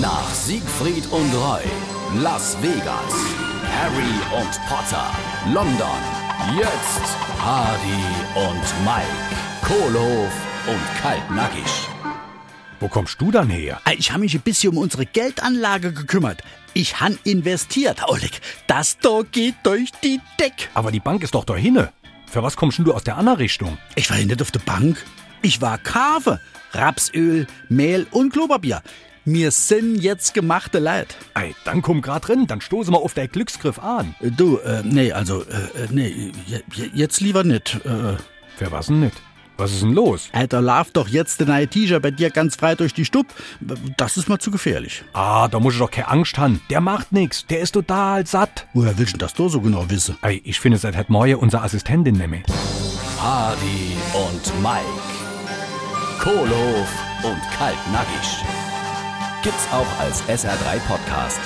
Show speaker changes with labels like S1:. S1: Nach Siegfried und Roy, Las Vegas, Harry und Potter, London, jetzt Hardy und Mike, Kohlhof und Kaltnackig.
S2: Wo kommst du dann her?
S3: Ah, Ich habe mich ein bisschen um unsere Geldanlage gekümmert. Ich han investiert. Oleg, das da geht durch die Deck.
S2: Aber die Bank ist doch da hinne. Für was kommst denn du aus der anderen Richtung?
S3: Ich war ja nicht auf der Bank. Ich war Kave. Rapsöl, Mehl und Klopapier. Mir sind jetzt gemachte Leid.
S2: Ei, dann komm grad drin, dann stoße mal auf der Glücksgriff an.
S3: Äh, Du, äh, nee, also, äh, äh, nee, je- je- jetzt lieber nicht. Äh,
S2: Für was denn nicht? Was ist denn los?
S3: Alter, lauf doch jetzt den neue T-Shirt bei dir ganz frei durch die Stub. Das ist mal zu gefährlich.
S2: Ah, da muss ich doch keine Angst haben. Der macht nix, der ist total satt.
S3: Woher willst du denn das da so genau wissen?
S2: Ei, ich finde seit heute Morgen unsere Assistentin nämlich.
S1: Hardy und Mike, Kohlhof und Kaltnackig. Gibt's auch als SR3 Podcast.